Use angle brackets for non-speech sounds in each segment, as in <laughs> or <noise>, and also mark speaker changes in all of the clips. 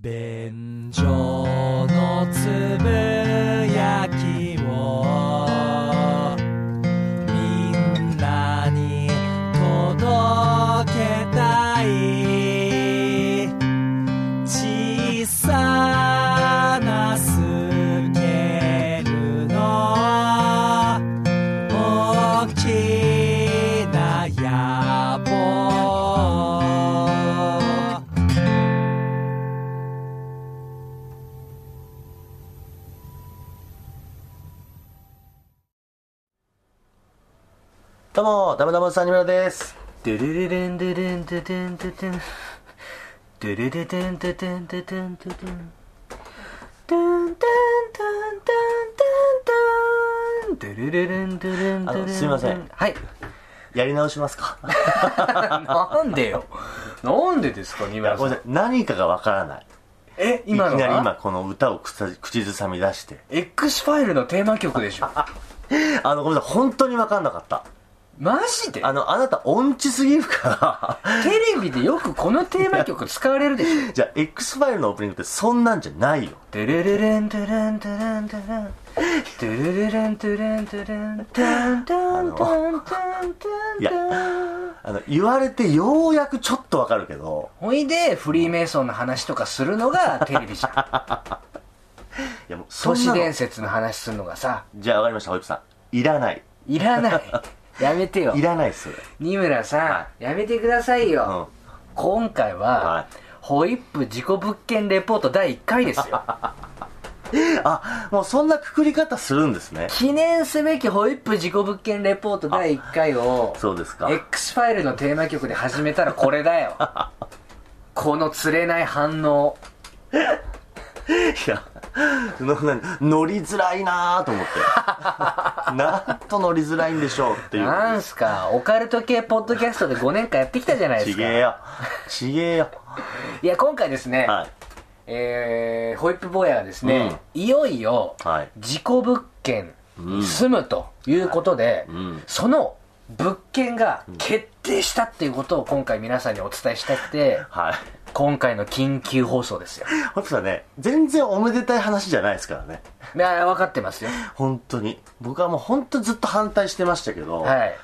Speaker 1: 便所のつぶやきをみんなに届けたい小さなスケールの大きな野望
Speaker 2: どうも、ダムダムさんにむらです。
Speaker 3: ドゥルルルンドゥルンドゥドゥンドゥドゥンドゥルルルンドゥドゥンドゥドゥンドゥドゥンドゥンドゥンドゥンドゥンドゥンドゥンドゥルルルンドゥルンドゥルン
Speaker 2: あのすいません
Speaker 3: はい
Speaker 2: やり直しますか
Speaker 3: なんでよなんでですか二
Speaker 2: いや
Speaker 3: 村
Speaker 2: ご
Speaker 3: さ
Speaker 2: めんなんさい、何かがわからない。
Speaker 3: え
Speaker 2: いき
Speaker 3: 今
Speaker 2: な
Speaker 3: の
Speaker 2: り今
Speaker 3: は
Speaker 2: この歌を口口ずさみ出して。
Speaker 3: X ファイルのテーマ曲でしょ
Speaker 2: あの、ごめんなさい、本当にわかんなかった。
Speaker 3: マジで
Speaker 2: あの、あなた音痴すぎるから。 <laughs>
Speaker 3: テレビでよくこのテーマ曲使われるでしょ
Speaker 2: じゃあ、X ファイルのオープニングってそんなんじゃないよ。
Speaker 3: ドゥルルルンドゥルンドゥルンドゥルンドゥルルルンドゥルンドゥルンドゥンドゥンドゥンドゥン
Speaker 2: い
Speaker 3: ド
Speaker 2: や
Speaker 3: ゥン
Speaker 2: あの、言われてようやくちょっとわかるけど、
Speaker 3: ほいでフリーメイソンの話とかするのがテレビじゃん
Speaker 2: いやもう、そ
Speaker 3: 都
Speaker 2: ん
Speaker 3: 市
Speaker 2: な
Speaker 3: 伝
Speaker 2: の。
Speaker 3: 説の話するのがさ
Speaker 2: じゃあ、わかりました、ホイップさん。いらない。
Speaker 3: いらないやめてよ
Speaker 2: いらないっす、それ。
Speaker 3: 二村さんやめてくださいよ今回
Speaker 2: はい
Speaker 3: はホイップ事故物件レポート第1回ですよ
Speaker 2: あ、もうそんなくくり方するんですね。
Speaker 3: 記念すべきホイップ事故物件レポート第1回を
Speaker 2: そうですか。
Speaker 3: X ファイルのテーマ曲で始めたらこれだよこの釣れない反応
Speaker 2: いや、のな乗りづらいなぁと思って。
Speaker 3: <laughs>
Speaker 2: なんと乗りづらいんでしょうっていう。
Speaker 3: なんすかオカルト系ポッドキャストで5年間やってきたじゃないで
Speaker 2: ち
Speaker 3: すか
Speaker 2: げえよ。ちげえよ。
Speaker 3: いや今回ですね、
Speaker 2: はい。
Speaker 3: えーホイップ坊やはですね、いよいよ
Speaker 2: はい
Speaker 3: 事故物件に住むということで、
Speaker 2: うん
Speaker 3: その物件が決定したっていうことを今回皆さんにお伝えした
Speaker 2: <laughs>
Speaker 3: くて
Speaker 2: はい。
Speaker 3: 今回の緊急放送ですよ
Speaker 2: ホイップさんね、全然おめでたい話じゃないですからね。
Speaker 3: いや分かってますよ
Speaker 2: 本当に。僕はもう本当ずっと反対してましたけど、
Speaker 3: はい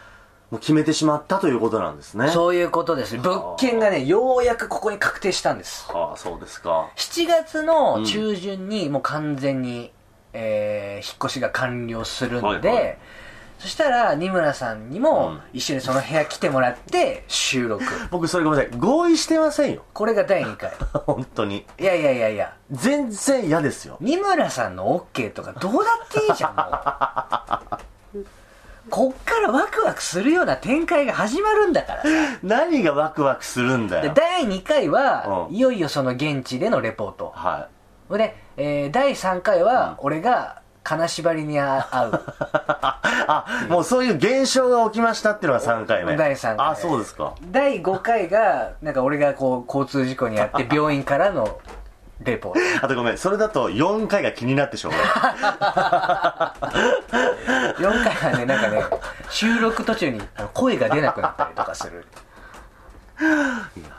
Speaker 2: もう決めてしまったということなんですね。
Speaker 3: そういうことです。物件がね、ようやくここに確定したんです。
Speaker 2: ああ、そうですか。
Speaker 3: 7月の中旬にもう完全に、えー引っ越しが完了するので、
Speaker 2: はいはい
Speaker 3: そしたら、二村さんに
Speaker 2: う
Speaker 3: も
Speaker 2: ん
Speaker 3: 一緒にその部屋来てもらって収録。
Speaker 2: 僕それごめんなさい。合意してませんよ。
Speaker 3: これが第2回。
Speaker 2: <laughs> 本当に。
Speaker 3: いやいやいやいや、
Speaker 2: 全然嫌ですよ。
Speaker 3: 二村さんの OK とかどうだっていいじゃん、もう。こっからワクワクするような展開が始まるんだからさ。
Speaker 2: <laughs> 何がワクワクするんだ
Speaker 3: で
Speaker 2: よ。
Speaker 3: 第2回は、
Speaker 2: うん
Speaker 3: いよいよその現地でのレポート。
Speaker 2: は
Speaker 3: で、えー第3回は俺が金縛りにあ会う
Speaker 2: い。あ、もうそういう現象が起きましたっていうのが3回目。
Speaker 3: 第三回
Speaker 2: あ、そうですか。
Speaker 3: 第5回がなんか俺がこう交通事故にあって病院からのレポート
Speaker 2: あとごめん、それだと4回が気になってしょうがない。
Speaker 3: 4回はねな
Speaker 2: <laughs>
Speaker 3: んかね収録途中にあの声が出なくなったりとかする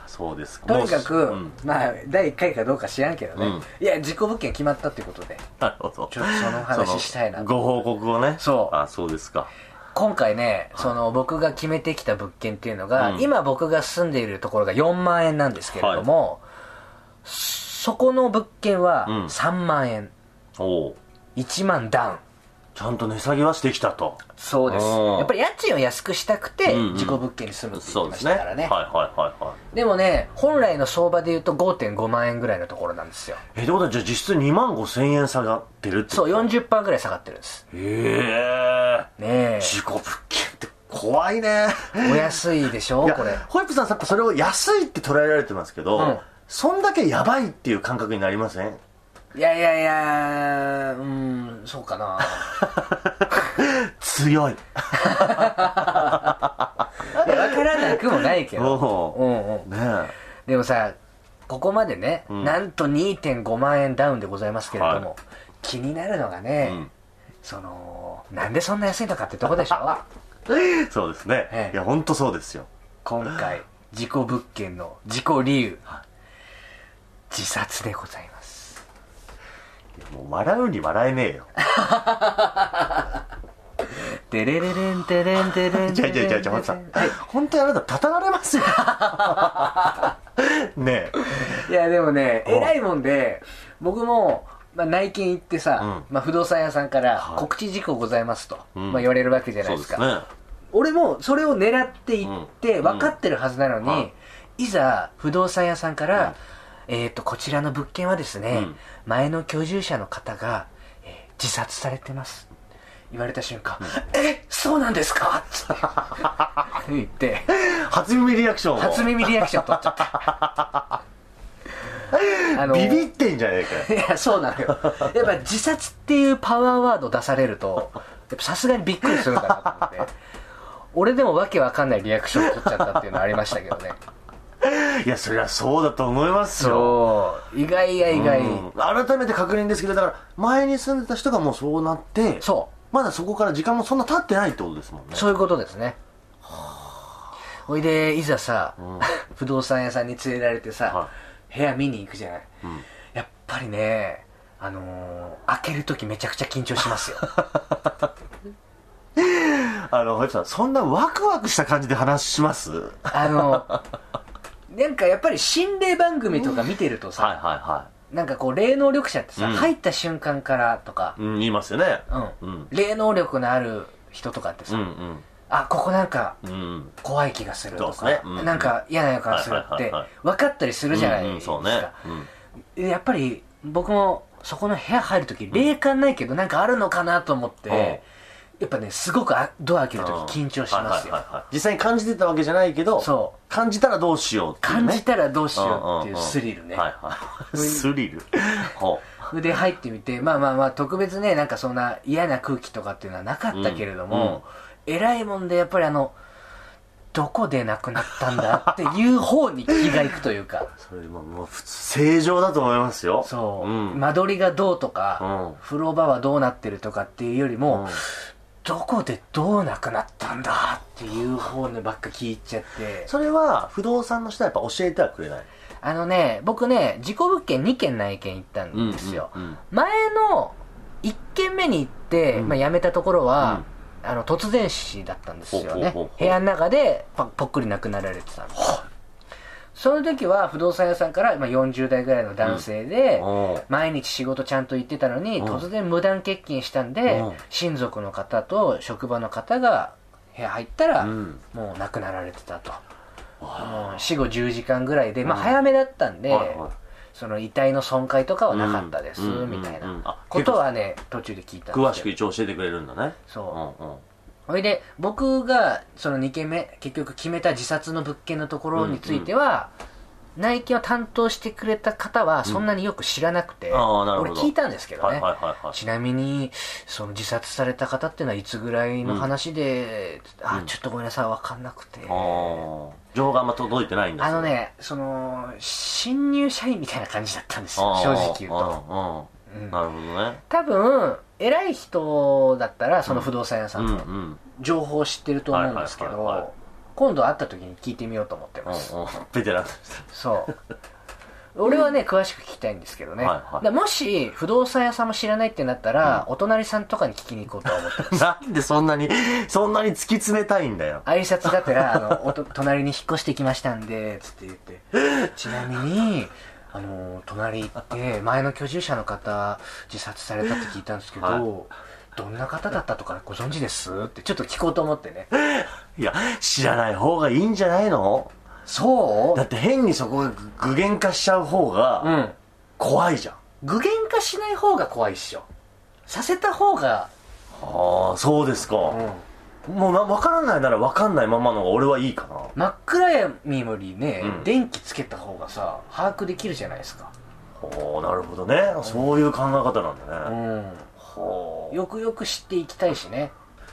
Speaker 2: そうですか。
Speaker 3: とにかく、
Speaker 2: もううん
Speaker 3: まあ第1回かどうか知らんけどね、
Speaker 2: うん
Speaker 3: いや事故物件決まったっていうことで
Speaker 2: なるほど。
Speaker 3: ちょっとその話したいな
Speaker 2: そのご報告をね。
Speaker 3: そう
Speaker 2: あ、そうですか。
Speaker 3: 今回ねその僕が決めてきた物件っていうのが、
Speaker 2: うん
Speaker 3: 今僕が住んでいるところが4万円なんですけれども、そこの物件は
Speaker 2: うん
Speaker 3: 3万円、
Speaker 2: おう
Speaker 3: 1万ダウン
Speaker 2: ちゃんと値下げはしてきたと。
Speaker 3: そうです
Speaker 2: おー
Speaker 3: やっぱり家賃を安くしたくて
Speaker 2: うんうん
Speaker 3: 事故物件に住むって言
Speaker 2: そ
Speaker 3: っ
Speaker 2: う
Speaker 3: て
Speaker 2: で
Speaker 3: ますし
Speaker 2: ね。
Speaker 3: た
Speaker 2: はい
Speaker 3: か
Speaker 2: はい
Speaker 3: らね
Speaker 2: はいはい。
Speaker 3: でもね本来の相場で言うと5.5万円ぐらいのところなんですよ
Speaker 2: え、ってことはじゃあ実質2万5千円下がってるって。
Speaker 3: そうう40%ぐらい下がってるんです
Speaker 2: へえ。
Speaker 3: ねえ
Speaker 2: 事故物件って怖いね。
Speaker 3: お安いでしょ
Speaker 2: いや
Speaker 3: これ
Speaker 2: ホイップさんさっきそれを安いって捉えられてますけど、
Speaker 3: うん
Speaker 2: そんだけやばいっていう感覚になりません
Speaker 3: いやいやいやうんそうかな
Speaker 2: 強い。
Speaker 3: いや分からなくもないけど
Speaker 2: <laughs> お
Speaker 3: う
Speaker 2: うん
Speaker 3: うん
Speaker 2: ねえ。
Speaker 3: でもさここまでね、
Speaker 2: ん
Speaker 3: なんと2.5万円ダウンでございますけれども、
Speaker 2: はい
Speaker 3: 気になるのがね、
Speaker 2: うん
Speaker 3: そのなんでそんな安いのかってとこでしょ
Speaker 2: <laughs> そうですね、
Speaker 3: ええ
Speaker 2: いや本当そうですよ
Speaker 3: 今回事故物件の事故理由自殺でございます
Speaker 2: もう笑うに笑えねえよ
Speaker 3: テレレレンテレンテレン
Speaker 2: じ
Speaker 3: テ
Speaker 2: ゃ
Speaker 3: レ
Speaker 2: あじゃ
Speaker 3: ン
Speaker 2: あじゃあじゃあさん本当にあなたたたられ
Speaker 3: <laughs>
Speaker 2: ますよね
Speaker 3: いやでもね
Speaker 2: うん
Speaker 3: 偉いもんで僕も、まあ、内見行ってさ、
Speaker 2: う
Speaker 3: まあ、不動産屋さんから
Speaker 2: はい
Speaker 3: 告知事項ございますと、
Speaker 2: うん
Speaker 3: まあ、言われるわけじ
Speaker 2: え
Speaker 3: ゃない
Speaker 2: そう
Speaker 3: で
Speaker 2: ですす
Speaker 3: か
Speaker 2: ね
Speaker 3: 俺もそれを狙って行って
Speaker 2: うん
Speaker 3: 分かってるはずなのに、
Speaker 2: うんはい
Speaker 3: いざ不動産屋さんから、えー、とこちらの物件はですね、
Speaker 2: うん
Speaker 3: 前の居住者の方が、えー自殺されてます言われた瞬間「えそうなんですか?」って <laughs> 言って
Speaker 2: <laughs> 初耳リアクションを
Speaker 3: 初耳リアクション取っちゃった
Speaker 2: <laughs>
Speaker 3: あの
Speaker 2: ビビってんじゃねえかよ
Speaker 3: <laughs> いやそうなのよやっぱ自殺っていうパワーワード出されるとやっぱさすがにびっくりするんだなと思って俺でもわけわかんないリアクション取っちゃったっていうのはありましたけどね
Speaker 2: いやそりゃそうだと思いますよ
Speaker 3: そう意外や意外、
Speaker 2: うん改めて確認ですけどだから前に住んでた人がもうそうなって
Speaker 3: そう
Speaker 2: まだそこから時間もそんな経ってないってことですもんね
Speaker 3: そういうことですねほいでいざさ、 <laughs> 不動産屋さんに連れられてさ、
Speaker 2: は
Speaker 3: 部屋見に行くじゃない、
Speaker 2: ん
Speaker 3: やっぱりねあのー、開けるときめちゃくちゃ緊張しますよ
Speaker 2: あの堀さんそんなワクワクした感じで話しますはい
Speaker 3: あのなんかやっぱり心霊番組とか見てるとさ、
Speaker 2: はいは
Speaker 3: なんかこう霊能力者ってさ、
Speaker 2: うん
Speaker 3: 入った瞬間からとか
Speaker 2: い、うん言いますよね
Speaker 3: うん
Speaker 2: うん
Speaker 3: 霊能力のある人とかって
Speaker 2: う
Speaker 3: さ、
Speaker 2: ん
Speaker 3: あここなんか
Speaker 2: うんうん
Speaker 3: 怖い気がすると
Speaker 2: そうです
Speaker 3: か
Speaker 2: ね、うん
Speaker 3: なんか嫌な予感するっ
Speaker 2: はいは
Speaker 3: て
Speaker 2: いはいはい
Speaker 3: 分かったりするじゃない
Speaker 2: うんう
Speaker 3: で
Speaker 2: ん
Speaker 3: すか、
Speaker 2: そうねうん
Speaker 3: やっぱり僕もそこの部屋入るとき霊感ないけどなんかあるのかなと思って、
Speaker 2: うん
Speaker 3: やっぱねすごくあドア開けるとき緊張しますよ、
Speaker 2: はいはいはいはい実際に感じてたわけじゃないけど
Speaker 3: そう
Speaker 2: 感じたらどうしようっていうね
Speaker 3: 感じたらどうしようっていうスリル
Speaker 2: ん
Speaker 3: ね、
Speaker 2: んんはいはい
Speaker 3: <laughs>
Speaker 2: スリルほ
Speaker 3: で入ってみてまあまあまあ特別ねなんかそんな嫌な空気とかっていうのはなかったけれども、偉いもんでやっぱりあのどこで亡くなったんだっていう方に気がいくというか
Speaker 2: うそれももう普通正常だと思いますよ
Speaker 3: そう、
Speaker 2: ん
Speaker 3: 間取りがどうとか、
Speaker 2: うん
Speaker 3: 風呂場はどうなってるとかっていうよりも、どこでどう亡くなったんだっていう方のばっか聞いちゃって
Speaker 2: それは不動産の人はやっぱ教えてはくれない
Speaker 3: あのね僕ね事故物件2件内見行ったんですよ、
Speaker 2: うんうんうん
Speaker 3: 前の1軒目に行って、
Speaker 2: ん
Speaker 3: まあ、辞めたところは、あの突然死だったんですよね
Speaker 2: ほうほうほうほう
Speaker 3: 部屋の中でぽぽっくり亡くなられてたんですその時は不動産屋さんから、まあ、40代ぐらいの男性で、
Speaker 2: うんうん
Speaker 3: 毎日仕事ちゃんと行ってたのに、
Speaker 2: うん
Speaker 3: 突然無断欠勤したんで、
Speaker 2: うん
Speaker 3: 親族の方と職場の方が部屋入ったら、
Speaker 2: うん
Speaker 3: もう亡くなられてたともう死後10時間ぐらいで、まあ、早めだったんで、
Speaker 2: はいはい
Speaker 3: その遺体の損壊とかはなかったです、
Speaker 2: うんうん
Speaker 3: みたい
Speaker 2: うんうん
Speaker 3: な
Speaker 2: あ
Speaker 3: ことはね途中で聞いたんですけど
Speaker 2: 詳しく一応教えてくれるんだね、
Speaker 3: そう
Speaker 2: うんうん、
Speaker 3: ほいで僕がその2件目結局決めた自殺の物件のところについては、内見を担当してくれた方はそんなによく知らなくて、
Speaker 2: んあーなるほ
Speaker 3: 俺
Speaker 2: ど
Speaker 3: 聞いたんですけど
Speaker 2: は
Speaker 3: ね、
Speaker 2: いはいはいはい
Speaker 3: ちなみにその自殺された方っていうのはいつぐらいの話で、あちょっとごめんなさい分かんなくて、
Speaker 2: あー情報があんま届いてないんだ
Speaker 3: あのねその新入社員みたいな感じだったんです
Speaker 2: それあ
Speaker 3: よ
Speaker 2: ー
Speaker 3: 正直言うと
Speaker 2: うんうんなるほどね
Speaker 3: 多分偉い人だったらその不動産屋さ
Speaker 2: うんんう
Speaker 3: の
Speaker 2: んうん
Speaker 3: 情報を知ってると思うんですけ
Speaker 2: はいはいはいはい
Speaker 3: ど今度会った時に聞いてみようと思ってます
Speaker 2: うんベテラン
Speaker 3: そう
Speaker 2: <laughs>
Speaker 3: 俺はね詳しく聞きたいんですけどね、
Speaker 2: はいはい
Speaker 3: でもし不動産屋さんも知らないってなったら、お隣さんとかに聞きに行こうとは思ってます
Speaker 2: なんでそんなにそんなに突き詰めたいんだよ
Speaker 3: 挨拶がてらあのおと隣に引っ越してきましたんでつって言ってちなみにあの隣行って前の居住者の方自殺されたって聞いたんですけど、
Speaker 2: はい
Speaker 3: どんな方だったとかご存知ですってちょっと聞こうと思ってね
Speaker 2: いや知らない方がいいんじゃないの
Speaker 3: そ
Speaker 2: だって変にそこが具現化しちゃう方
Speaker 3: うう
Speaker 2: が
Speaker 3: ん
Speaker 2: 怖いじゃん、
Speaker 3: 具現化しない方が怖いっしょさせた方が
Speaker 2: ああそうですか、もうな分からないなら分かんないままの方が俺はいいかな
Speaker 3: 真っ暗闇よりね、
Speaker 2: うん
Speaker 3: 電気つけた方がさ把握できるじゃないですか
Speaker 2: おーなるほどねそういう考え方なんだ
Speaker 3: う
Speaker 2: ね、
Speaker 3: ん
Speaker 2: ほー
Speaker 3: よくよく知っていきたいしね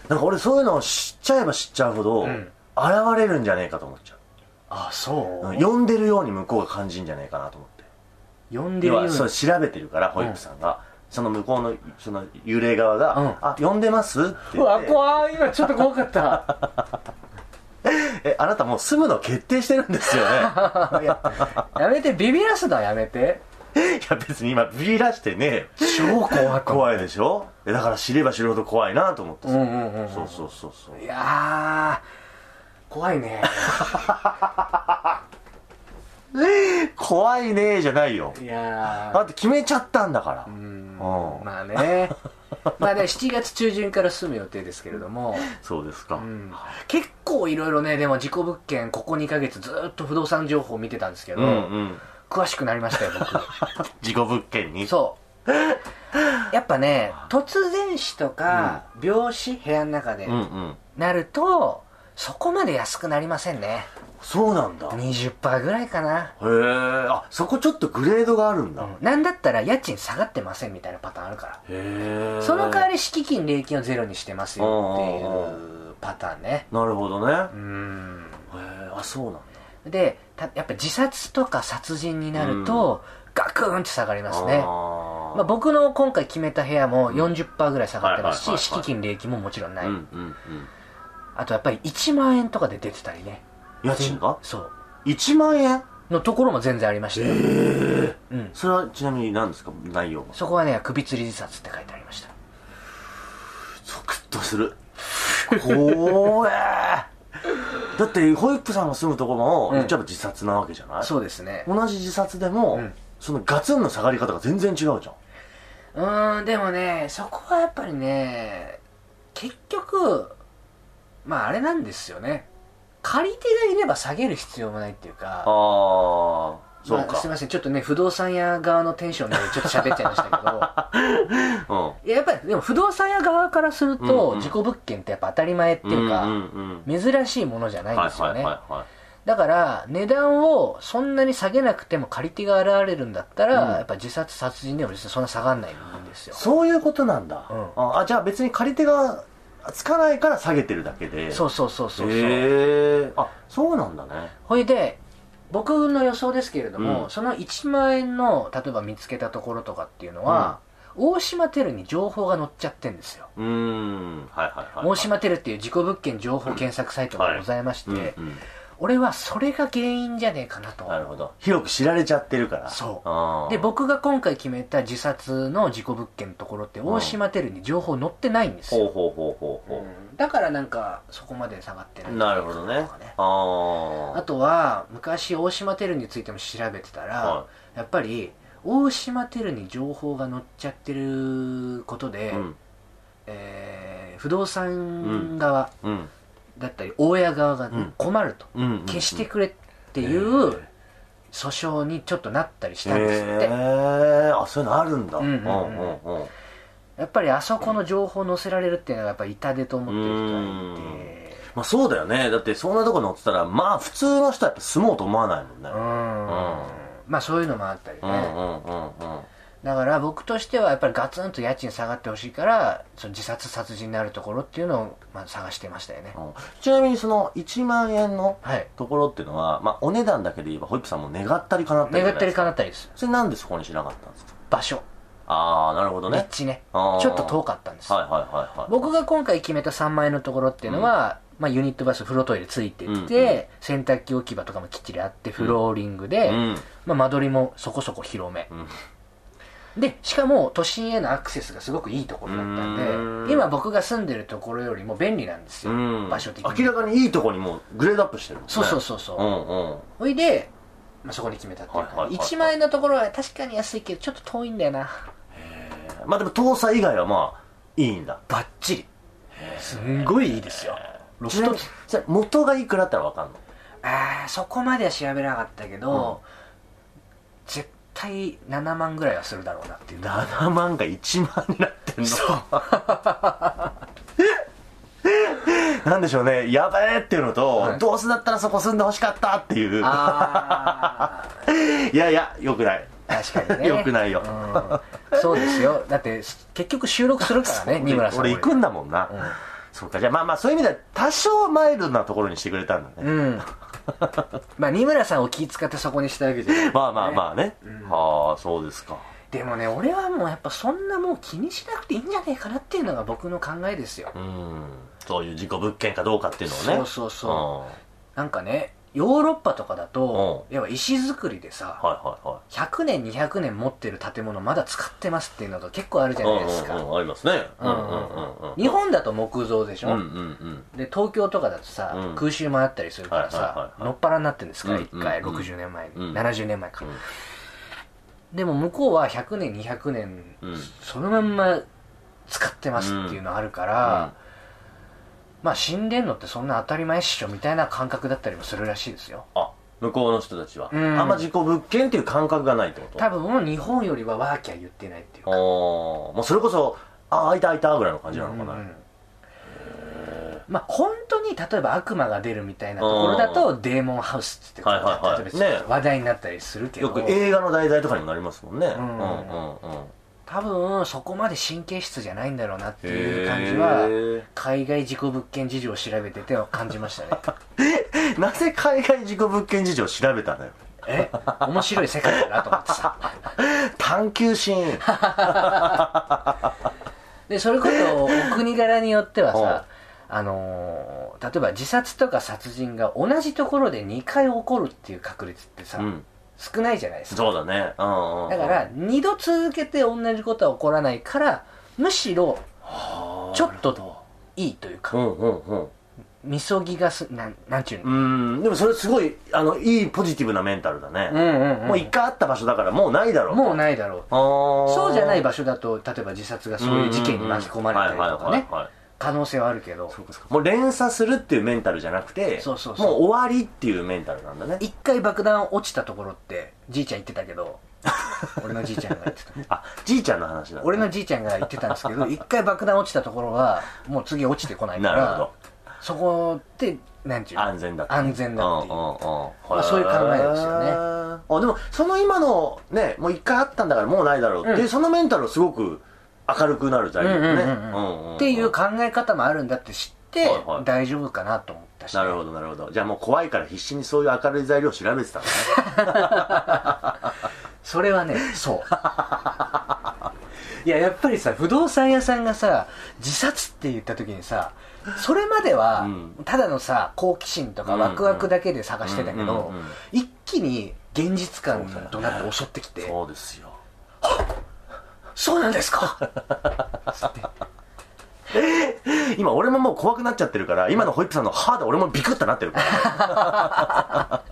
Speaker 2: なんか俺そういうのを知っちゃえば知っちゃうほど、
Speaker 3: うん
Speaker 2: 現れるんじゃねえかと思っちゃ
Speaker 3: あそう
Speaker 2: う、うん呼んでるように向こうが感じんじゃねえかなと思って
Speaker 3: 呼んで
Speaker 2: 要
Speaker 3: るよう
Speaker 2: は
Speaker 3: に
Speaker 2: そう調べてるから保育士さんが、その向こうのその幽霊側が「
Speaker 3: うん
Speaker 2: あ呼んでます?」って言って
Speaker 3: うわ怖い今ちょっと怖かった
Speaker 2: いえあなたもう住むの決定してるんですよ
Speaker 3: <laughs>
Speaker 2: ね
Speaker 3: いややめてビビらすのはやめて
Speaker 2: いや別に今ビビらしてねえよ
Speaker 3: 超怖い
Speaker 2: 怖いでしょえだから知れば知るほど怖いなと思って
Speaker 3: う
Speaker 2: さ、
Speaker 3: んうんうん
Speaker 2: そうそうそうそう
Speaker 3: いやー怖いね
Speaker 2: 怖いねじゃないよ
Speaker 3: いや
Speaker 2: だ <laughs>
Speaker 3: ー
Speaker 2: って決めちゃったんだから
Speaker 3: うん
Speaker 2: うん
Speaker 3: まあねまあね7月中旬から住む予定ですけれども
Speaker 2: そうですか、
Speaker 3: うん結構いろいろねでも事故物件ここ2ヶ月ずーっと不動産情報見てたんですけど、
Speaker 2: うんうん
Speaker 3: 詳しくなりましたよ
Speaker 2: <laughs> 事故物件に
Speaker 3: 僕そうやっぱね突然死とか、病死部屋の中で、
Speaker 2: うんうん
Speaker 3: なるとそこまで安くなりませんね
Speaker 2: そうなんだへえ
Speaker 3: 20%ぐらいかな、
Speaker 2: あそこちょっとグレードがあるんだ、へ
Speaker 3: なんだったら家賃下がってませんみたいなパターンあるから
Speaker 2: え
Speaker 3: その代わり敷金礼金をゼロにしてますよっていうパターンね
Speaker 2: なるほどねへ
Speaker 3: うん
Speaker 2: えあそうなんだ
Speaker 3: でたやっぱ自殺とか殺人になると、ガクンって下がりますね
Speaker 2: あー
Speaker 3: まあ、僕の今回決めた部屋も40%ぐらい下がってます
Speaker 2: はい
Speaker 3: し
Speaker 2: はいはいは
Speaker 3: 敷
Speaker 2: い
Speaker 3: 金礼金ももちろんない、
Speaker 2: うんうんうん
Speaker 3: あとやっぱり1万円とかで出てたりね
Speaker 2: 家賃が
Speaker 3: そう
Speaker 2: 1万円
Speaker 3: のところも全然ありましたよ、うん、
Speaker 2: それはちなみに何ですか内容が
Speaker 3: そこはね首吊り自殺って書いてありました
Speaker 2: ゾクッとする <laughs> 怖えだってホイップさんが住むとこも、
Speaker 3: うん
Speaker 2: 言っちゃえば自殺なわけじゃない
Speaker 3: そうですね
Speaker 2: 同じ自殺でも、
Speaker 3: うん
Speaker 2: そのガツンの下がり方が全然違うじゃん
Speaker 3: うーんでもねそこはやっぱりね結局まああれなんですよね借り手がいれば下げる必要もないっていうか
Speaker 2: ああそう
Speaker 3: まあすい
Speaker 2: か、
Speaker 3: ませんちょっとね不動産屋側のテンションでちょっと喋っちゃいました
Speaker 2: <laughs>
Speaker 3: けどいややっぱりでも不動産屋側からする
Speaker 2: うんう
Speaker 3: と
Speaker 2: ん
Speaker 3: 事故物件ってやっぱ当たり前って
Speaker 2: うん
Speaker 3: いう
Speaker 2: うん
Speaker 3: か
Speaker 2: うんうん
Speaker 3: 珍しいものじゃないん
Speaker 2: はい
Speaker 3: ですよ
Speaker 2: はい
Speaker 3: ね
Speaker 2: はいは
Speaker 3: だから値段をそんなに下げなくても借り手が現れるんだった
Speaker 2: うん
Speaker 3: らやっぱ自殺殺人でも別にそんな下がんないんです
Speaker 2: い
Speaker 3: よ
Speaker 2: そういうことなんだ、
Speaker 3: うん
Speaker 2: あじゃあ別に借り手がつかないから下げてるだけで
Speaker 3: そううそうそうそうそう
Speaker 2: へえあそうなんだね
Speaker 3: ほいで僕の予想ですけれども、
Speaker 2: うん
Speaker 3: その1万円の例えば見つけたところとかっていうのは、大島テルに情報が載っちゃってんですよ、
Speaker 2: うーんはいはいはい、はい、
Speaker 3: 大島テルっていう事故物件情報検索サイトがございまして、
Speaker 2: うんうん
Speaker 3: 俺はそれが原因じゃねえかなと
Speaker 2: なるほど広く知られちゃってるから
Speaker 3: そう
Speaker 2: あー
Speaker 3: で僕が今回決めた自殺の事故物件のところって大島テルに情報載ってないんです
Speaker 2: ほう
Speaker 3: よ、
Speaker 2: ほうほうほうほ
Speaker 3: うんだからなんかそこまで下がってな
Speaker 2: う、
Speaker 3: い
Speaker 2: なるほどね
Speaker 3: とか
Speaker 2: あ
Speaker 3: あ
Speaker 2: あ
Speaker 3: とは昔大島テルについても調べてたら、
Speaker 2: は
Speaker 3: やっぱり大島テルに情報が載っちゃってることで、
Speaker 2: うん
Speaker 3: えー不動産側
Speaker 2: うん
Speaker 3: だったり大家側が
Speaker 2: ん
Speaker 3: 困ると、
Speaker 2: うん
Speaker 3: 消してくれっていう訴訟にちょっとなったりしたんですって、
Speaker 2: へえあそういうのあるんだ
Speaker 3: うんうんうん
Speaker 2: うんうん
Speaker 3: やっぱりあそこの情報載せられるっていうのがやっぱり痛手と思ってる人がいて
Speaker 2: まあそうだよねだってそんなとこ乗ってたらまあ普通の人はやっぱ住もうと思わないもんね
Speaker 3: うんまあそういうのもあったりね、
Speaker 2: うんうんうんうん
Speaker 3: だから僕としてはやっぱりガツンと家賃下がってほしいからその自殺殺人になるところっていうのをまあ探してましたよね
Speaker 2: うんちなみにその1万円の
Speaker 3: はい
Speaker 2: ところっていうのはまあお値段だけで言えばホイップさんも願ったりかなったり
Speaker 3: 願ったり
Speaker 2: か
Speaker 3: かなったりです
Speaker 2: それなんでそこにしなかったんですか
Speaker 3: 場所
Speaker 2: ああなるほどね
Speaker 3: 立地ねち
Speaker 2: あ
Speaker 3: ょ
Speaker 2: ー
Speaker 3: っと遠かったんです
Speaker 2: はいはいはいはい
Speaker 3: 僕が今回決めた3万円のところっていうのは、まあ、ユニットバス風呂トイレついてて、
Speaker 2: うんうん
Speaker 3: 洗濯機置き場とかもきっちりあってフローリングで、
Speaker 2: うん
Speaker 3: まあ、間取りもそこそこ広め、でしかも都心へのアクセスがすごくいいところだった
Speaker 2: うんーん
Speaker 3: で今僕が住んでるところよりも便利なんですよ、
Speaker 2: うん
Speaker 3: 場所的に
Speaker 2: 明らかにいいとこにもうグレードアップしてるもんね
Speaker 3: そうそうそうそう
Speaker 2: う、んうん
Speaker 3: ほいで、まあ、そこに決めたっていうか、
Speaker 2: はいはいはいはい
Speaker 3: 1万円のところは確かに安いけどちょっと遠いんだよな
Speaker 2: まあでも搭載以外はまあいいんだ
Speaker 3: バッチリすんごいいいですよロ
Speaker 2: ち
Speaker 3: フ
Speaker 2: な
Speaker 3: ト
Speaker 2: みにそれ元がいくらだったらわかんの
Speaker 3: あーそこまでは調べなかったけど、絶対7万ぐらいはするだろうなっていう
Speaker 2: 7万が1万になってんの
Speaker 3: そ
Speaker 2: <laughs>
Speaker 3: う
Speaker 2: なんでしょうねやべえっていうのと、
Speaker 3: はい
Speaker 2: どうせだったらそこ住んでほしかったっていう
Speaker 3: あ
Speaker 2: <laughs> いやいやよくない
Speaker 3: ー確か <laughs> にね
Speaker 2: よくないよ
Speaker 3: うんそうですよだって結局収録する <laughs> からね二村さん
Speaker 2: 俺行くんだもんな、
Speaker 3: ん
Speaker 2: そうかじゃあまあまあそういう意味では多少マイルドなところにしてくれたんだね、
Speaker 3: うんまあ二村さんを気遣ってそこにしたわけじゃない
Speaker 2: まあまあまあね、はあそうですか
Speaker 3: でもね俺はもうやっぱそんなもう気にしなくていいんじゃねえかなっていうのが僕の考えですよ
Speaker 2: うんそういう事故物件かどうかっていうのをね
Speaker 3: そうそうそうなんかねヨーロッパとかだと、
Speaker 2: う
Speaker 3: やっぱ石造りでさ、
Speaker 2: はいは
Speaker 3: 100年200年持ってる建物まだ使ってますっていうのと結構あるじ
Speaker 2: い
Speaker 3: ゃ
Speaker 2: はい
Speaker 3: ないですか、
Speaker 2: うんうんうんありますねう
Speaker 3: うん
Speaker 2: う
Speaker 3: んうん
Speaker 2: ん
Speaker 3: う
Speaker 2: うんんうん
Speaker 3: 日本だと木造でし
Speaker 2: うん
Speaker 3: ょ、
Speaker 2: うん
Speaker 3: で東京とかだとさ、
Speaker 2: うん
Speaker 3: 空襲もあったりするからさ、
Speaker 2: はいはいはいはい
Speaker 3: のっぱらになってるんですから、
Speaker 2: うん
Speaker 3: 一回
Speaker 2: うんうん
Speaker 3: 60年前に、
Speaker 2: うん
Speaker 3: 70年前か、
Speaker 2: うん
Speaker 3: でも向こうは100年200年、
Speaker 2: うん
Speaker 3: そのまんま使ってますっていうのあるから、まあ死んでんのってそんな当たり前っしょみたいな感覚だったりもするらしいですよ
Speaker 2: あ向こうの人たちは
Speaker 3: うん
Speaker 2: あんま自己物件っていう感覚がないってこと
Speaker 3: 多分もう日本よりはワーキャー言ってないっていう
Speaker 2: あ
Speaker 3: か
Speaker 2: ーもうそれこそあ開いた開いたぐらいの感じなのか
Speaker 3: うんう
Speaker 2: なん
Speaker 3: まあ本当に例えば悪魔が出るみたいなところだとデーモンハウスってこ
Speaker 2: はいはいはい
Speaker 3: とで例えば
Speaker 2: ね
Speaker 3: 話題になったりするけど
Speaker 2: よく映画の題材とかにもなりますもんねうんんうんうん
Speaker 3: 多分そこまで神経質じゃないんだろうなっていう感じ
Speaker 2: へ
Speaker 3: は
Speaker 2: ー
Speaker 3: 海外事故物件事情を調べてて感じましたね <laughs>
Speaker 2: なぜ海外事故物件事情を調べたのよ
Speaker 3: え面白い世界だなと思ってさ
Speaker 2: 探求
Speaker 3: <laughs>
Speaker 2: 心
Speaker 3: でそれこそお国柄によってはさ、あのー例えば自殺とか殺人が同じところで2回起こるっていう確率ってさ、
Speaker 2: うん
Speaker 3: 少ないじゃないですか
Speaker 2: そうだねうんうん
Speaker 3: だから2度続けて同じことは起こらないからむしろちょっといいという
Speaker 2: う
Speaker 3: か
Speaker 2: んうんうん
Speaker 3: みそぎがすなんなんちゅう
Speaker 2: う
Speaker 3: の、
Speaker 2: んでもそれすごいあのいいポジティブなメンタルだね、
Speaker 3: うんうんうん
Speaker 2: もう一回あった場所だからもうないだろう
Speaker 3: もうないだろう
Speaker 2: そ
Speaker 3: そうじゃない場所だと例えば自殺がそういう事件に巻き込まれたりとかね可能性はあるけど
Speaker 2: もう連鎖するっていうメンタルじゃなくて
Speaker 3: そうそうそう
Speaker 2: もう終わりっていうメンタルなんだね
Speaker 3: 一回爆弾落ちたところってじいちゃん言ってたけ <laughs> ど俺のじいちゃんが言ってた
Speaker 2: あじいちゃんの話だ
Speaker 3: 俺のじいちゃんが言ってたんですけ <laughs> ど一回爆弾落ちたところはもう次落ちてこないか
Speaker 2: なるほ
Speaker 3: ら
Speaker 2: ど
Speaker 3: そこってなんていうの
Speaker 2: 安全だって
Speaker 3: 安全だっていう
Speaker 2: うんうんうん
Speaker 3: あそういう考えですよね
Speaker 2: へーあでもその今のねもう一回あったんだからもうないだろうっていう、
Speaker 3: うん
Speaker 2: そのメンタルすごく明るくなる材料ね、
Speaker 3: うんうんうんうん
Speaker 2: んんん
Speaker 3: っていう考え方もあるんだって知っ
Speaker 2: は
Speaker 3: て
Speaker 2: いはい
Speaker 3: 大丈夫かなと思ったしね、
Speaker 2: なるほどなるほどじゃあもう怖いから必死にそういう明るい材料を調べてたのね
Speaker 3: それ
Speaker 2: <laughs>
Speaker 3: はねそういややっぱりさ不動産屋さんがさ自殺って言った時にさそれまでは、
Speaker 2: うん
Speaker 3: ただのさ好奇心とかワクワクだけで探してたけど、
Speaker 2: うんうんうんうん
Speaker 3: 一気に現実感となって襲ってきて <laughs> そう,、
Speaker 2: そうですよ
Speaker 3: なんで
Speaker 2: <laughs>
Speaker 3: すかつって
Speaker 2: 今俺ももう怖くなっちゃってるから今のホイップさんの歯で俺もビクッとなってるから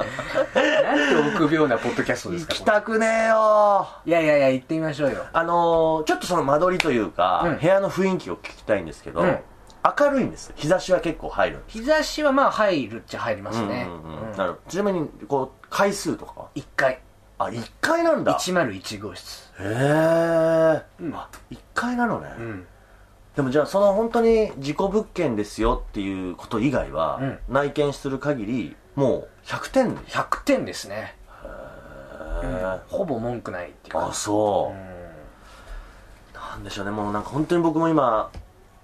Speaker 3: なんて臆病なポッドキャストで
Speaker 2: 行
Speaker 3: す <laughs> か
Speaker 2: きたくねえよ
Speaker 3: いやいやいや行ってみましょうよ
Speaker 2: あのーちょっとその間取りというか、
Speaker 3: うん
Speaker 2: 部屋の雰囲気を聞きたいんですけど、
Speaker 3: うん
Speaker 2: 明るいんです日差しは結構入るんです
Speaker 3: 日差しはまあ入るっちゃ入りますね、
Speaker 2: うんうん
Speaker 3: う
Speaker 2: うんんなるほどちなみにこう回数とかは
Speaker 3: 1階
Speaker 2: あ一1階なんだへ
Speaker 3: 101号室
Speaker 2: え、
Speaker 3: うん
Speaker 2: あ1階なのね、
Speaker 3: うん
Speaker 2: でもじゃあその本当に事故物件ですよっていうこと以外は、
Speaker 3: うん
Speaker 2: 内見する限りもう100点です
Speaker 3: 100点ですね、うん
Speaker 2: ね、
Speaker 3: ほぼ文句ないっていう
Speaker 2: あ
Speaker 3: か
Speaker 2: そう、なんでしょうねもうなんか本当に僕も今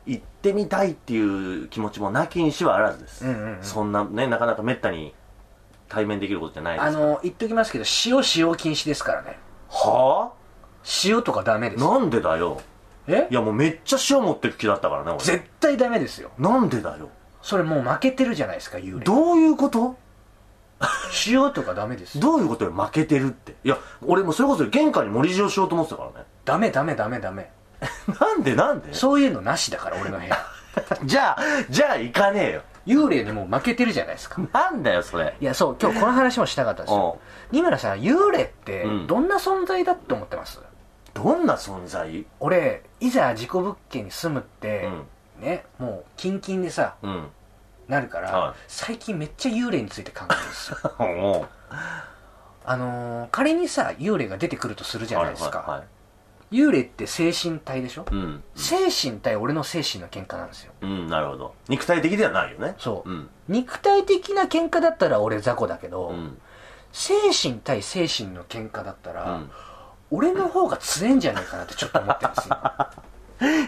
Speaker 2: 行ってみたいっていう気持ちもなきにしはあらずです、
Speaker 3: うんうんうん
Speaker 2: そんなねなかなかめったに対面できることじゃないで
Speaker 3: あ
Speaker 2: すから
Speaker 3: の言っときますけど塩使用禁止ですからね
Speaker 2: は
Speaker 3: 塩とかダメで
Speaker 2: あ
Speaker 3: す
Speaker 2: なんでだよ
Speaker 3: え
Speaker 2: いやもうめっちゃ塩持ってく気だったからね俺
Speaker 3: 絶対ダメですよ
Speaker 2: なんでだよ
Speaker 3: それもう負けてるじゃないですか幽霊
Speaker 2: どういうこと
Speaker 3: 塩とかダメですよ
Speaker 2: どういうことよ負けてるっていや俺もうそれこそ玄関に盛り塩しようと思ってたからね <laughs>
Speaker 3: ダメダメダメダメ
Speaker 2: なんでなんで
Speaker 3: そういうのなしだから俺の
Speaker 2: <laughs>
Speaker 3: 部屋
Speaker 2: じゃあじゃあ行かねえよ
Speaker 3: 幽霊にもう負けてるじゃないですか
Speaker 2: なんだよそれ
Speaker 3: いやそう今日この話もしたかったんですよ二村さん幽霊って
Speaker 2: うん
Speaker 3: どんな存在だって思ってます、
Speaker 2: どんな存在
Speaker 3: 俺いざ事故物件に住むって、ねもうキンキンでさ
Speaker 2: うんうん
Speaker 3: なるから、
Speaker 2: はい
Speaker 3: 最近めっちゃ幽霊について考える
Speaker 2: <laughs>
Speaker 3: んですよ
Speaker 2: も
Speaker 3: あのー仮にさ幽霊が出てくるとする
Speaker 2: う
Speaker 3: <laughs> じゃないですか、
Speaker 2: はいはいはい
Speaker 3: 幽霊って精神体でしょ、
Speaker 2: うん
Speaker 3: 精神対俺の精神の喧嘩なんですよ
Speaker 2: うん、なるほど。肉体的ではないよね。
Speaker 3: そう、
Speaker 2: うん。
Speaker 3: 肉体的な喧嘩だったら俺雑魚だけど、
Speaker 2: うん。
Speaker 3: 精神対精神の喧嘩だったら、
Speaker 2: うん
Speaker 3: 俺の方が強えんじゃないかなってちょっと思ってるんですよ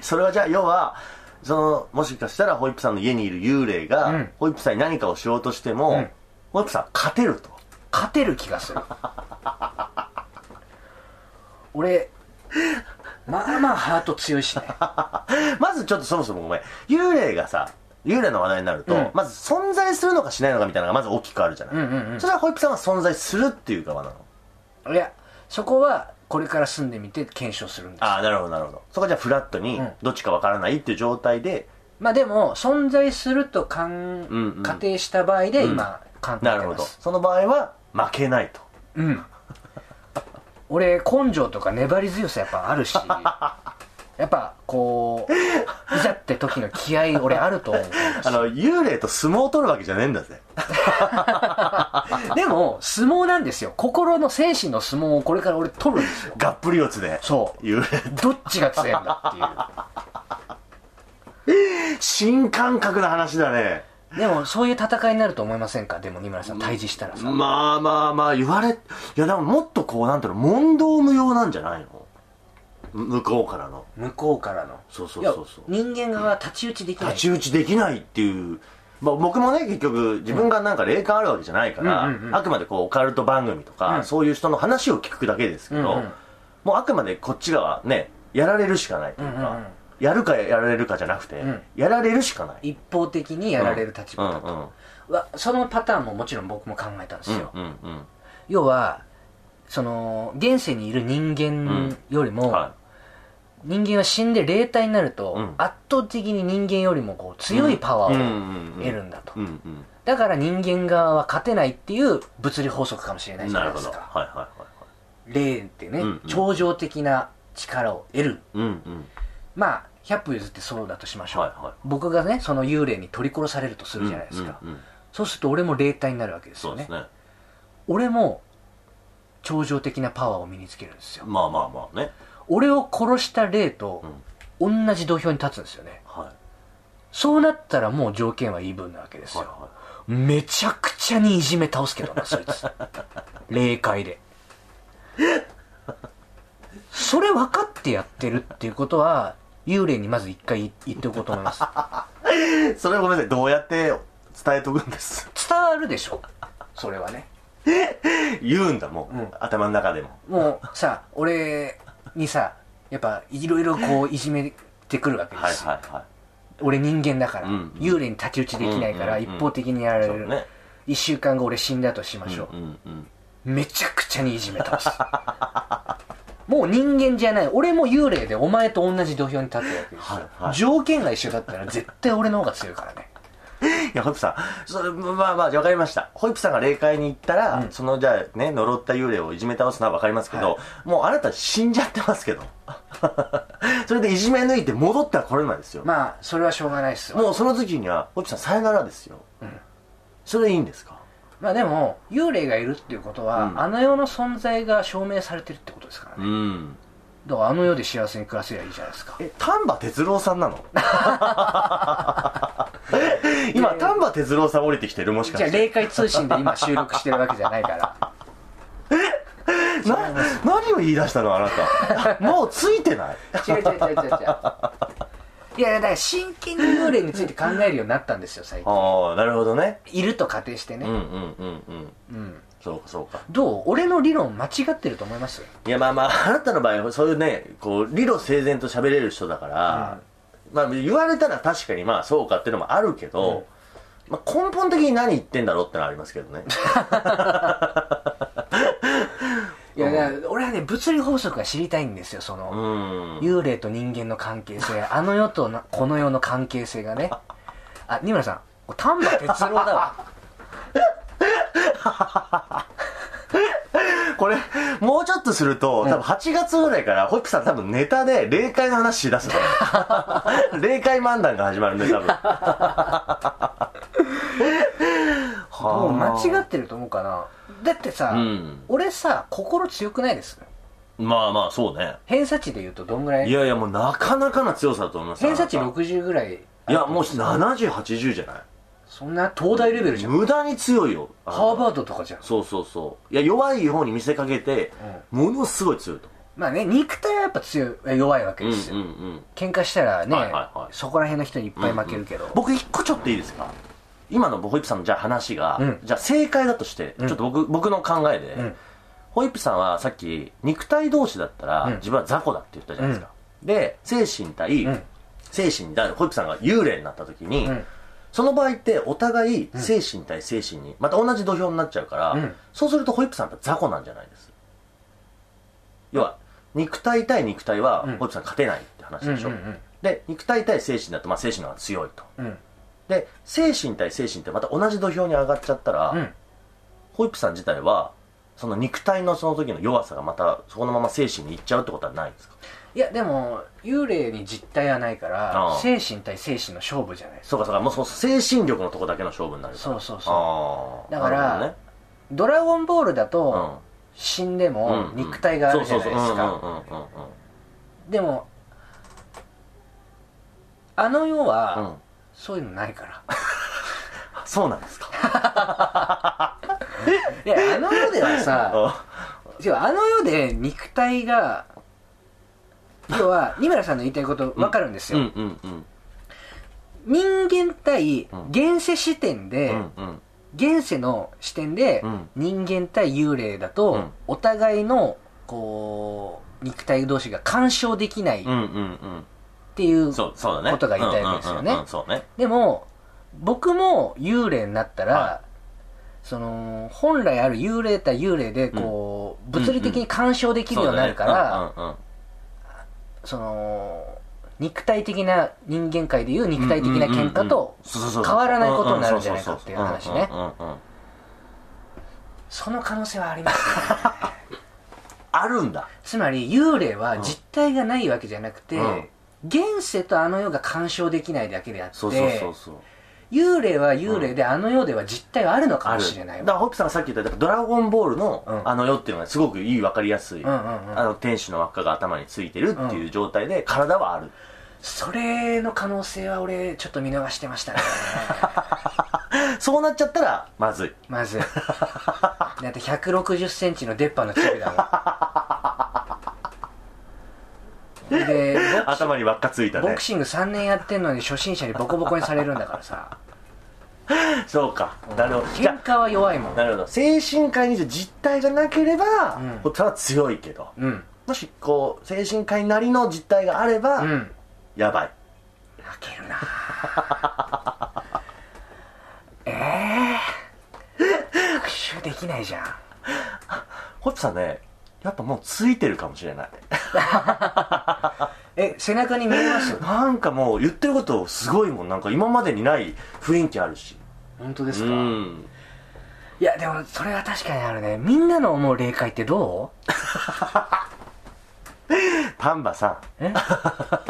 Speaker 2: それはじゃあ、要は、その、もしかしたら、ホイップさんの家にいる幽霊が、
Speaker 3: うん
Speaker 2: ホイップさんに何かをしようとしても、
Speaker 3: うん
Speaker 2: ホイップさんは勝てると。
Speaker 3: 勝てる気がする <laughs> 俺まあまあハート強いしね
Speaker 2: <laughs> まずちょっとそもそもごめん。幽霊がさ、幽霊の話題になると、
Speaker 3: うん
Speaker 2: まず存在するのかしないのかみたいなのがまず大きくあるじゃない、
Speaker 3: うんうん
Speaker 2: そしたらホイップさんは存在するっていう側なの
Speaker 3: うんいやそこはこれから住んでみて検証するんです
Speaker 2: ああなるほどなるほどそこはじゃあフラットに
Speaker 3: うん
Speaker 2: どっちかわからないっていう状態で、
Speaker 3: まあでも存在するとかん、
Speaker 2: うんうん
Speaker 3: 仮定した場合で今考えて
Speaker 2: なるほ
Speaker 3: ま
Speaker 2: ど
Speaker 3: す、
Speaker 2: その場合は負けないと
Speaker 3: うん俺根性とか粘り強さやっぱ
Speaker 2: <laughs>
Speaker 3: あるしやっぱこういざって時の気合俺ある
Speaker 2: <laughs>
Speaker 3: と思う
Speaker 2: あの幽霊と相撲を取るわけじゃねえんだぜ
Speaker 3: でも相撲なんですよ心の精神の相撲をこれから俺取るんですよ
Speaker 2: がっぷり四つで
Speaker 3: そう
Speaker 2: 幽霊
Speaker 3: どっちが強いんだっ
Speaker 2: 新感覚な話だね
Speaker 3: ていうでもそういう戦いになると思いませんかでも二村さん対峙したらさ、
Speaker 2: まあまあまあ言われいやでももっとこうなんていうの問答無用なんじゃないのむ向こうからの
Speaker 3: 向こうからの
Speaker 2: そうそうそうそう
Speaker 3: いや人間側は太刀打ちできない
Speaker 2: 太刀打ちできないっていう、まあ、僕もね結局自分がなんか霊感あるわけじゃないから、
Speaker 3: うんうんうん
Speaker 2: あくまでこうオカルト番組とか、
Speaker 3: うん
Speaker 2: そういう人の話を聞くだけですけど、
Speaker 3: うんうん
Speaker 2: もうあくまでこっち側ねやられるしかないというか、
Speaker 3: うんうんうん
Speaker 2: やるかやられるかじゃなくて、
Speaker 3: ん
Speaker 2: やられるしかない
Speaker 3: 一方的にやられる立場だと、
Speaker 2: うんうん
Speaker 3: わそのパターンももちろん僕も考えたんです
Speaker 2: う
Speaker 3: よ、
Speaker 2: んうんうん
Speaker 3: 要はその現世にいる人間よりも、
Speaker 2: は
Speaker 3: 人間は死んで霊体になると、
Speaker 2: うん
Speaker 3: 圧倒的に人間よりもこう強いパワ
Speaker 2: い、
Speaker 3: ーを
Speaker 2: うん
Speaker 3: 得るんだと、
Speaker 2: うんうん
Speaker 3: だから人間側は勝てないっていう物理法則かもしれないじゃ
Speaker 2: な
Speaker 3: な
Speaker 2: る
Speaker 3: いで
Speaker 2: ほ
Speaker 3: す
Speaker 2: どはい
Speaker 3: か
Speaker 2: はいはい
Speaker 3: 霊ってね、
Speaker 2: うんうん
Speaker 3: 超常的な力を得る
Speaker 2: うんうん
Speaker 3: まあ100歩譲ってそうだとしましょう、
Speaker 2: はいはい
Speaker 3: 僕がねその幽霊に取り殺されるとするじゃないですか、
Speaker 2: うんうんうん
Speaker 3: そうすると俺も霊体になるわけです
Speaker 2: そ
Speaker 3: よ
Speaker 2: う
Speaker 3: ね
Speaker 2: ですね
Speaker 3: 俺も超常的なパワーを身につけるんですよ
Speaker 2: まあまあまあね
Speaker 3: 俺を殺した霊と同じ土俵に立つんですよね
Speaker 2: はい
Speaker 3: そうなったらもう条件はイーブンなわけです
Speaker 2: はい
Speaker 3: よ
Speaker 2: は
Speaker 3: めちゃくちゃにいじめ倒すけどなそいつ霊界でそれ分かってやってるっていうことは幽霊にまず一回い言っておこうと思います
Speaker 2: いそれはごめんなさいどうやって伝えとくんです <laughs>
Speaker 3: 伝わるでしょそれはね
Speaker 2: 言うんだもう、
Speaker 3: うん
Speaker 2: 頭の中でも
Speaker 3: もうさ俺にさやっぱいろいろこういじめてくるわけですよ、
Speaker 2: はいはいは
Speaker 3: 俺人間だから、
Speaker 2: うんうん
Speaker 3: 幽霊に太刀打ちできないから
Speaker 2: うん
Speaker 3: 一
Speaker 2: うんうん
Speaker 3: 方的にやら
Speaker 2: い
Speaker 3: れ
Speaker 2: そう
Speaker 3: る、
Speaker 2: ね
Speaker 3: 1週間後俺死んだとしましょう
Speaker 2: う、んうん
Speaker 3: めちゃくちゃにいじめ倒すもう人間じゃない俺も幽霊でお前と同じ土俵に立ってるわけですよ、
Speaker 2: はいはい
Speaker 3: 条件が一緒だったら絶対俺の方が強いからね
Speaker 2: いやホイップさんそれまあまあわかりましたホイップさんが霊界に行ったら、
Speaker 3: うん
Speaker 2: そのじゃあね呪った幽霊をいじめ倒すのはわかりますけど、
Speaker 3: は
Speaker 2: もうあなた死んじゃってますけど <laughs> それでいじめ抜いて戻ってはこれないですよ、
Speaker 3: まあそれはしょうがないですよ
Speaker 2: もうその時にはホイップさんさよならですよ、それいいんですか
Speaker 3: まあでも幽霊がいるっていうことは、
Speaker 2: うん
Speaker 3: あの世の存在が証明されてるってことですからね、
Speaker 2: ん
Speaker 3: だからあの世で幸せに暮らせりゃいいじゃないですか
Speaker 2: え丹波哲郎さんな <laughs> の今丹波哲郎さん降りてきてるもしか
Speaker 3: じゃあ
Speaker 2: して
Speaker 3: 霊界通信で今収録してるわけじゃないから
Speaker 2: <laughs> な何を言い出したのあな <laughs> たもうついてない
Speaker 3: 違う違う違う違う違ういやだから真剣に幽霊について考えるようになったんですよ最近
Speaker 2: ああなるほどね
Speaker 3: いると仮定して
Speaker 2: う
Speaker 3: ね、
Speaker 2: んうんうんうん
Speaker 3: うん
Speaker 2: そうかそうか
Speaker 3: どう俺の理論間違ってると思います
Speaker 2: いやまあまああなたの場合はそういうねこう理路整然と喋れる人だから、まあ言われたら確かにまあそうかっていうのもあるけど、まあ、根本的に何言ってんだろうってのはありますけどね
Speaker 3: いやだから俺はね物理法則が知りたいんですよそうの、
Speaker 2: ん
Speaker 3: 幽霊と人間の関係
Speaker 2: <laughs>
Speaker 3: 性あの世となこの世の関係性がねあ二村さんこれ丹波哲郎だわ
Speaker 2: これもうちょっとすると多分8月ぐらいからホイップさん多分ネタで霊界の話しだ
Speaker 3: <laughs>
Speaker 2: すの霊界漫談が始まるね多分
Speaker 3: もう
Speaker 2: <laughs> はあ
Speaker 3: 間違ってると思うかなだってさ、
Speaker 2: うん
Speaker 3: 俺さ心強くないです
Speaker 2: <laughs> まあまあそうね
Speaker 3: 偏差値で言うとどんぐらい
Speaker 2: いやいやもうなかなかな強さだと思います
Speaker 3: 偏差値
Speaker 2: あなた
Speaker 3: 60ぐらい
Speaker 2: いやもう7080じゃない
Speaker 3: そんな東大レベルじゃん
Speaker 2: 無駄に強いよあなた
Speaker 3: ハーバードとかじゃん
Speaker 2: そうそうそういや弱い方に見せかけて、ものすごい強いと
Speaker 3: まあね肉体はやっぱ強いえ弱いわけ
Speaker 2: 思
Speaker 3: で
Speaker 2: う
Speaker 3: すよ、
Speaker 2: うんうんうん
Speaker 3: 喧嘩したらね、
Speaker 2: はいはいはい
Speaker 3: そこら辺の人にいっぱい負けるけど、
Speaker 2: 僕一個ちょっといいですか今のホイップさんのじゃあ話が、
Speaker 3: うん
Speaker 2: じゃあ正解だとして、ちょっと僕僕の考えで、
Speaker 3: ん
Speaker 2: ホイップさんはさっき肉体同士だったら、
Speaker 3: ん
Speaker 2: 自分は雑魚だって言ったじゃないですか、で精神対、
Speaker 3: ん
Speaker 2: 精神だホイップさんが幽霊になった時に、
Speaker 3: ん
Speaker 2: その場合ってお互い精神対精神にまた同じ土俵になっちゃうから、
Speaker 3: うん
Speaker 2: そうするとホイップさんって雑魚なんじゃないです要は肉体対肉体は
Speaker 3: うん
Speaker 2: ホイップさん勝てないって話でしょ、
Speaker 3: うんうんうん
Speaker 2: で肉体対精神だと、まあ、精神の方が強いと
Speaker 3: うん
Speaker 2: で精神対精神ってまた同じ土俵に上がっちゃったら、
Speaker 3: うん
Speaker 2: ホイップさん自体はその肉体のその時の弱さがまたそのまま精神にいっちゃうってことはないんですか
Speaker 3: いやでも幽霊に実体はないから
Speaker 2: ああ
Speaker 3: 精神対精神の勝負じゃないですか
Speaker 2: そうかそうかもうその精神力のとこだけの勝負になるから
Speaker 3: そうそうそう
Speaker 2: あー
Speaker 3: だから
Speaker 2: なる
Speaker 3: ドラゴンボールだ
Speaker 2: ほどね
Speaker 3: と死んで
Speaker 2: うん
Speaker 3: も
Speaker 2: うん
Speaker 3: 肉体があるじゃないですか
Speaker 2: そうそうそううんうんうんうん
Speaker 3: でもあの世
Speaker 2: うん
Speaker 3: は
Speaker 2: うん
Speaker 3: そういうのないから
Speaker 2: そうなんですか
Speaker 3: いやあの世ではさ
Speaker 2: <laughs> あ
Speaker 3: 違うあの世で肉体が要は二村さんの言いたいこと分かるんです
Speaker 2: うん
Speaker 3: よ、
Speaker 2: うんうん
Speaker 3: 人間対
Speaker 2: ん
Speaker 3: 現世視点
Speaker 2: う
Speaker 3: で、
Speaker 2: んうん
Speaker 3: 現世の視点で
Speaker 2: うん
Speaker 3: 人間対幽霊だ
Speaker 2: う
Speaker 3: と
Speaker 2: ん
Speaker 3: お互いのこう肉体同士が干渉できないっ
Speaker 2: うんうんうん
Speaker 3: ていう
Speaker 2: そうそうだね
Speaker 3: ことが言いたいわけですよね
Speaker 2: うんうんうんうんそうね
Speaker 3: でも僕も幽霊になったら、
Speaker 2: は
Speaker 3: その本来ある幽霊対幽霊でこう、物理的に干渉できるようになるから、
Speaker 2: そうだね
Speaker 3: その肉体的な人間界でいう肉体的な喧嘩と
Speaker 2: 変
Speaker 3: 変わらないことになるんじゃないかっていう話ね
Speaker 2: あ
Speaker 3: その可能性はありますね
Speaker 2: るんだ
Speaker 3: つまり幽霊は実体がないわけじゃなくて、
Speaker 2: うん
Speaker 3: 現世とあの世が干渉できないだけであって
Speaker 2: そうそうそうそう
Speaker 3: 幽霊は幽霊で、あの世では実体はあるのかもしれな
Speaker 2: だ
Speaker 3: いわ
Speaker 2: からホップさんがさっき言った「ドラゴンボール」
Speaker 3: う
Speaker 2: の
Speaker 3: ん
Speaker 2: あの世っていうのはすごくいい分かりやすい
Speaker 3: うんうんうん
Speaker 2: あの天使の輪っかが頭についてるっていう状態で体はある
Speaker 3: それの可能性は俺ちょっと見逃してま
Speaker 2: <laughs>
Speaker 3: したね
Speaker 2: そうなっちゃったらまずい
Speaker 3: まずだって1 6 0ンチの出っ歯のチビだもんでボクシ
Speaker 2: 頭に輪っかついた
Speaker 3: ボ
Speaker 2: ね
Speaker 3: クシング3年やってんのに初心者にボコボコにされるんだからさ
Speaker 2: そうかなるほどじゃ
Speaker 3: 喧嘩は弱いも
Speaker 2: あ
Speaker 3: ん
Speaker 2: なるほど精神科医に実体がなければ
Speaker 3: うん
Speaker 2: ホップさんは強いけど
Speaker 3: うん
Speaker 2: もしこう精神科医なりの実体があれ
Speaker 3: う
Speaker 2: ば
Speaker 3: ん
Speaker 2: やばい
Speaker 3: 負け <laughs> るなええ復讐できないじゃん
Speaker 2: ホップさんねやっぱもうついてるかもしれない
Speaker 3: え背中に見えます
Speaker 2: なんかもう言ってることすごいもんなんか今までにない雰囲気あるし
Speaker 3: <laughs> 本当です
Speaker 2: う
Speaker 3: か、
Speaker 2: ん
Speaker 3: いやでもそれは確かにあるねみんなの思う霊界ってどう
Speaker 2: パンバさん <laughs>
Speaker 3: え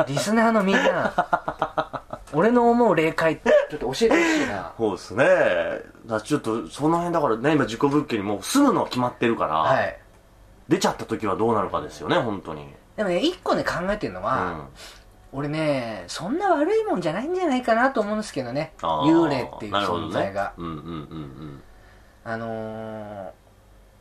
Speaker 3: リスナーのみんな俺の思う霊界ってちょっと教えてほしいな
Speaker 2: そうですね。だちょっと、その辺だからね、今、事故物件にもう住むのは決まってるから、
Speaker 3: <laughs> はい
Speaker 2: 出ちゃった時はどうなるかですよね、本当に。
Speaker 3: でもね一個ね考えてるの
Speaker 2: うん。
Speaker 3: は、俺ねそんな悪いもんじゃないんじゃないかなと思うんですけどね
Speaker 2: あー
Speaker 3: 幽霊っていう
Speaker 2: なるほど
Speaker 3: 存
Speaker 2: ね
Speaker 3: 在が、
Speaker 2: うんうんうん
Speaker 3: あのー、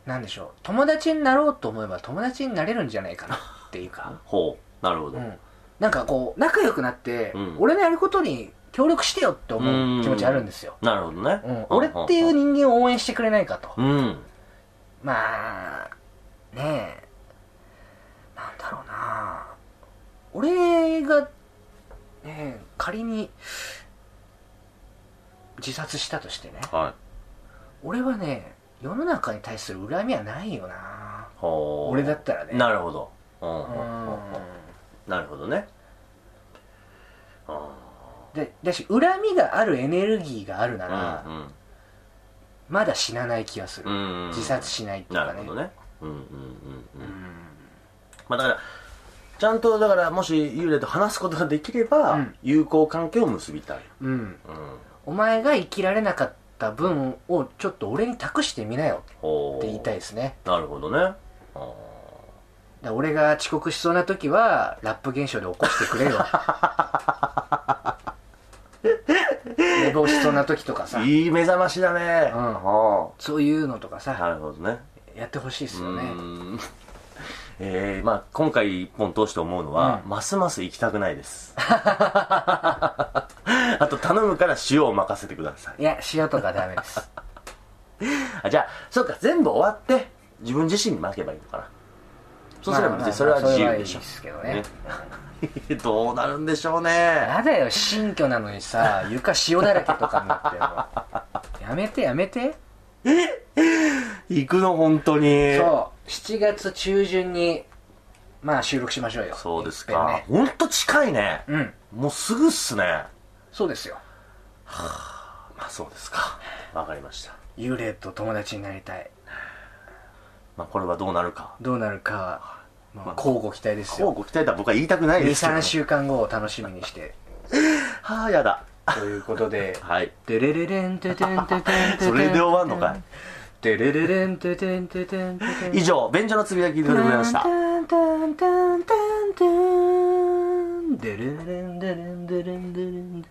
Speaker 3: なんでしょう友達になろうと思えば友達になれるんじゃないかなっていう
Speaker 2: うん、
Speaker 3: か
Speaker 2: <laughs> ほう。なるほど。
Speaker 3: うん、なんかこう仲良くなって、
Speaker 2: うん
Speaker 3: 俺のやることに協力してよって思う気持ちあるんですよ
Speaker 2: なるほどね。
Speaker 3: うん、俺っていう
Speaker 2: う。
Speaker 3: 人間を応援してくれないかと、
Speaker 2: うん。
Speaker 3: まあねえなんだろうな俺がねえ仮に自殺したとしてね
Speaker 2: はい。
Speaker 3: 俺はね世の中に対する恨みはないよな
Speaker 2: ほう。
Speaker 3: 俺だったらね
Speaker 2: なるほど。うん
Speaker 3: う
Speaker 2: うんうん
Speaker 3: ん
Speaker 2: なるほどね。
Speaker 3: でだし恨みがあるエネルギーがあるな
Speaker 2: うん
Speaker 3: ら、まだ死なない気がする、
Speaker 2: うん。うん。
Speaker 3: 自殺しないっていう
Speaker 2: な
Speaker 3: か
Speaker 2: る
Speaker 3: ね
Speaker 2: ほどね。うんうんうんうん
Speaker 3: う。ん
Speaker 2: まあだから、ちゃんとだから、もし幽霊と話すことができれば、
Speaker 3: うん
Speaker 2: 友好関係を結びたい。
Speaker 3: うん
Speaker 2: うん。
Speaker 3: お前が生きられなかった分をちょっと俺に託してみなよ
Speaker 2: ほう
Speaker 3: って言いたいですね
Speaker 2: なるほどねあー
Speaker 3: だから俺が遅刻しそうな時はラップ現象で起こしてくれよ
Speaker 2: <laughs>
Speaker 3: 寝坊しそうな時とかさ
Speaker 2: いい目覚ましだね
Speaker 3: うん
Speaker 2: あ
Speaker 3: そういうのとか
Speaker 2: ー
Speaker 3: さ
Speaker 2: なるほどね
Speaker 3: やってほしいです
Speaker 2: う
Speaker 3: よね
Speaker 2: んえー、まあ今回一本通して思うのは、
Speaker 3: う
Speaker 2: ますます行きたくないです <laughs> あと頼むから塩を任せてください
Speaker 3: いや塩とかダメです
Speaker 2: あじゃあそっか全部終わって <laughs> 自分自身に負けばいいのかなそうすれば別にそれは自由でしょ、
Speaker 3: まあまあまあそれはいいですけどね
Speaker 2: <laughs> どうなるんでしょうね
Speaker 3: やだよ新居なのにさ床塩だらけとかになってよやめてやめて
Speaker 2: 行くの本当に
Speaker 3: そう7月中旬にまあ収録しましょうよ
Speaker 2: そうです
Speaker 3: いっ
Speaker 2: か
Speaker 3: ぺ
Speaker 2: 本当近いね
Speaker 3: んねうん
Speaker 2: もうすぐっすね
Speaker 3: そうですよ
Speaker 2: まあそうですかわかりました
Speaker 3: 幽霊と友達になりたい
Speaker 2: まあこれはどうなるか
Speaker 3: どうなるかは、まあ
Speaker 2: まあ
Speaker 3: 交互期待です
Speaker 2: こう
Speaker 3: よ
Speaker 2: ご期待だ僕は言いたくないですけど
Speaker 3: 23週間後を楽しみにして
Speaker 2: はあやだ
Speaker 3: ということ
Speaker 2: <laughs>
Speaker 3: で
Speaker 2: はい
Speaker 3: テレレレンテテンテテンテテン
Speaker 2: それで終わんのか
Speaker 3: テレレレンテテンテテンテテン
Speaker 2: い以上便所のつぶやきでございました
Speaker 3: デレンデレンデレンデレンデレンデレン